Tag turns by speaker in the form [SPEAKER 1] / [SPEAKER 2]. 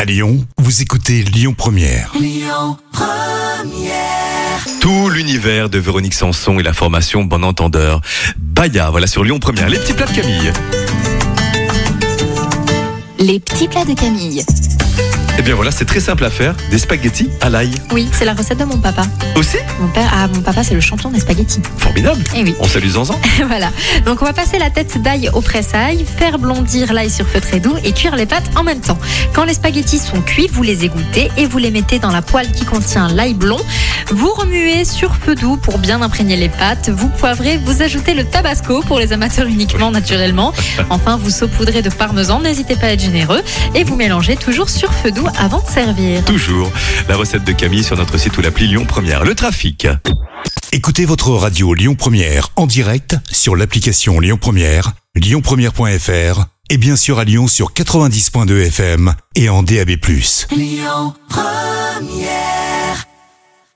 [SPEAKER 1] À Lyon, vous écoutez Lyon Première.
[SPEAKER 2] Tout l'univers de Véronique Sanson et la formation Bon Entendeur. Baya, voilà sur Lyon Première. Les petits plats de Camille.
[SPEAKER 3] Les petits plats de Camille.
[SPEAKER 2] Eh bien voilà, c'est très simple à faire. Des spaghettis à l'ail.
[SPEAKER 3] Oui, c'est la recette de mon papa.
[SPEAKER 2] Aussi
[SPEAKER 3] Mon père, ah, mon papa, c'est le champion des spaghettis.
[SPEAKER 2] Formidable.
[SPEAKER 3] Eh oui.
[SPEAKER 2] On salue Zanzan.
[SPEAKER 3] voilà. Donc on va passer la tête d'ail au presse-ail, faire blondir l'ail sur feu très doux et cuire les pâtes en même temps. Quand les spaghettis sont cuits, vous les égouttez et vous les mettez dans la poêle qui contient l'ail blond. Vous remuez sur feu doux pour bien imprégner les pâtes. Vous poivrez, vous ajoutez le tabasco pour les amateurs uniquement naturellement. Enfin, vous saupoudrez de parmesan, n'hésitez pas à être généreux. Et vous mélangez toujours sur feu doux avant de servir.
[SPEAKER 2] Toujours la recette de Camille sur notre site ou l'appli Lyon Première. Le trafic.
[SPEAKER 1] Écoutez votre radio Lyon Première en direct sur l'application Lyon Première, lyonpremière.fr et bien sûr à Lyon sur 90.2 FM et en DAB+.